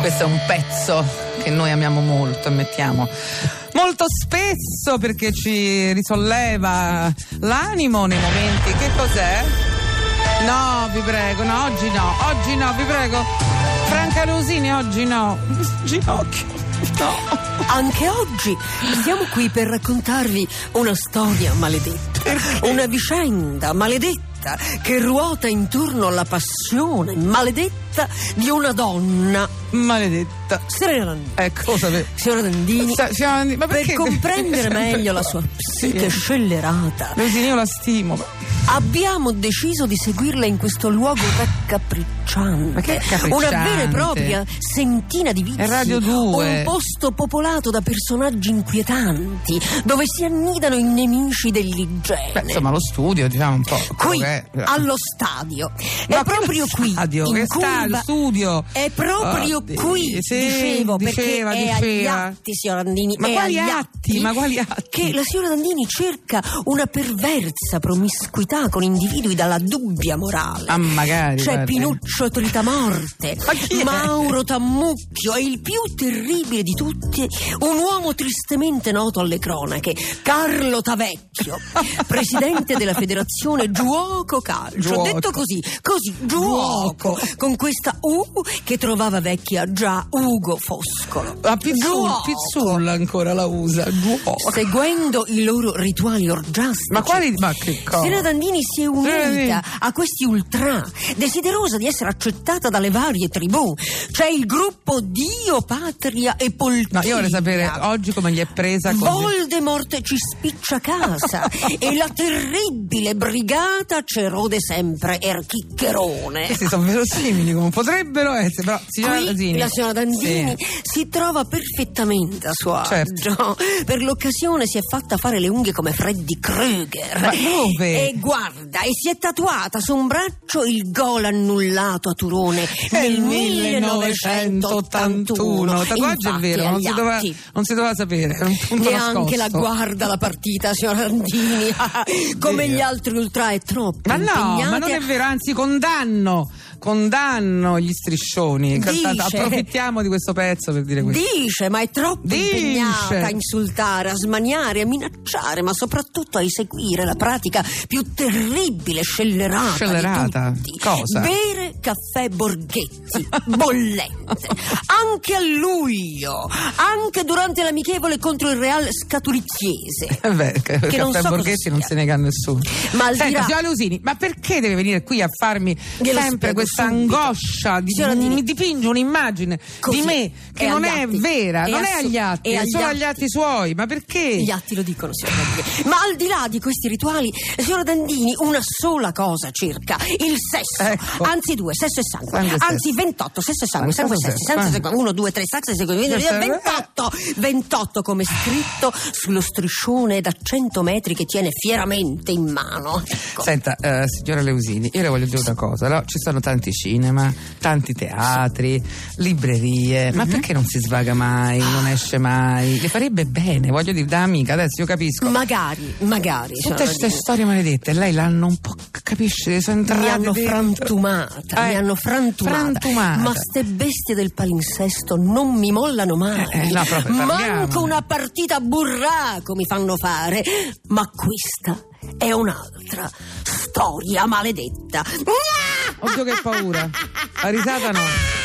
questo è un pezzo che noi amiamo molto, ammettiamo. Molto spesso perché ci risolleva l'animo nei momenti. Che cos'è? No, vi prego, no, oggi no, oggi no, vi prego. Franca Rosini, oggi no. Ginocchio. No. Anche oggi siamo qui per raccontarvi una storia maledetta, una vicenda maledetta che ruota intorno alla passione maledetta di una donna, Maledetta. Serena Nannini. Ecco, lo sapevo. Signora Dandini, Sa- signora Nannini, ma perché per comprendere sempre meglio la qua? sua Sì. psiche scellerata, Rosini io la stimo. ma- abbiamo deciso di seguirla in questo luogo raccapricciante. Ma che raccapricciante? Una vera e propria sentina di vizi. È Radio 2. Un posto popolato da personaggi inquietanti, dove si annidano i nemici dell'igiene. Beh, insomma, lo studio, diciamo un po'. Qui, quello che è. allo stadio. Ma che è proprio qui. stadio? in Che sta- curva- il studio? È proprio Oddio, qui, sì, diceva, dicevo, perché è diceva. agli atti, signora Andini. Ma è quali agli atti? Ma quali atti? Che la signora Andini cerca una perversa promiscuità con individui dalla dubbia morale. Ah, magari. C'è guarda. eh. Pinuccio Tritamorte, Ma chi è? cioè, Mauro Tammucchio e il più terribile di tutti, un uomo tristemente noto alle cronache, Carlo Tavecchio, presidente della federazione Giuoco Calcio. Giuoco. Detto così, così, Giuoco, con questa U che trovava vecchia già Ugo Foscolo. La Ah, Pizzul, Giuoco. Pizzul ancora la usa. Giuoco. Seguendo i loro rituali orgiastici. Ma quali. Ma che Serena cosa? Dandini si è Serena unita Dandini. a questi ultra, desiderosa di essere accettata dalle varie tribù. C'è il gruppo Dio, Patria e Poltrona. No, io vorrei sapere oggi come gli è presa così. Voldemort ci spiccia a casa e la terribile brigata cerode sempre er Erchiccherone. Questi sono verosimili come potrebbero essere, però signora Qui Dandini. la signora Dandini Sì. si trova perfettamente a suo Certo. agio. Per l'occasione si è fatta fare le unghie come Freddy Krueger. Ma dove? E guarda, e si è tatuata su un braccio il gol annullato a Turone È nel il 1981. 1981. Tatuaggio è Infatti, vero, non agli si, doveva, atti non si doveva sapere. era un punto nascosto. Neanche la guarda la partita, signora Randini. Come Dio. gli altri ultra è troppo. Ma no, impegnata ma non è vero, anzi condanno, condanno gli striscioni. Dice- Cantata- approfittiamo di questo pezzo per dire questo. Dice, ma è troppo Dice. impegnata a insultare, a smaniare, a minacciare, ma soprattutto a eseguire la pratica più terribile, scellerata. Scellerata? Di tutti. Cosa? Bere caffè Borghetti, bollente. Anche a luglio, anche durante l'amichevole contro il Real Scaturizziese. Eh Beh, che Che caffè non so cosa Borghetti non sia. se ne nega a nessuno. Ma al di Senta, là- signora Lusini, ma perché deve venire qui a farmi Glielo sempre spiego questa subito. angoscia? Di, Signora Dini. mi dipinge un'immagine Così, di me che è non agli è atti. vera, È non è assu- agli atti, è è agli solo agli atti. atti suoi. Ma perché? Gli atti lo dicono, signora Dandini. Ma al di là di questi rituali, signora Dandini, una sola cosa cerca: il sesso. Ecco. Anzi, due, sesso e sangue. Sangue e Anzi, sesso. 28, sesso e sangue, Ma sangue e cosa sesso, serve? sangue e Eh. sesso. 1, 2, 3, sangue e sesso. Cosa serve? 28, 28 come scritto sullo striscione da 100 metri che tiene fieramente in mano. Ecco. Senta, eh, signora Leusini, io le voglio dire una cosa. no? Ci sono tanti cinema, tanti teatri, librerie. Mhm. Ma perché non si svaga mai, non esce mai? Le farebbe bene, voglio dire, da amica, adesso io capisco. Magari, magari. Tutte signora queste Dandini. storie maledette, lei l'hanno un po' c- capisce, sono entrate Mi hanno dentro. frantumata, Eh, mi hanno frantumata. frantumata. Ma ste bestie del palinsesto non mi mollano mai. Eh, eh, no, proprio, parliamone. Manco una partita a burraco mi fanno fare. Ma questa è un'altra storia maledetta. Oddio che paura. La risata no.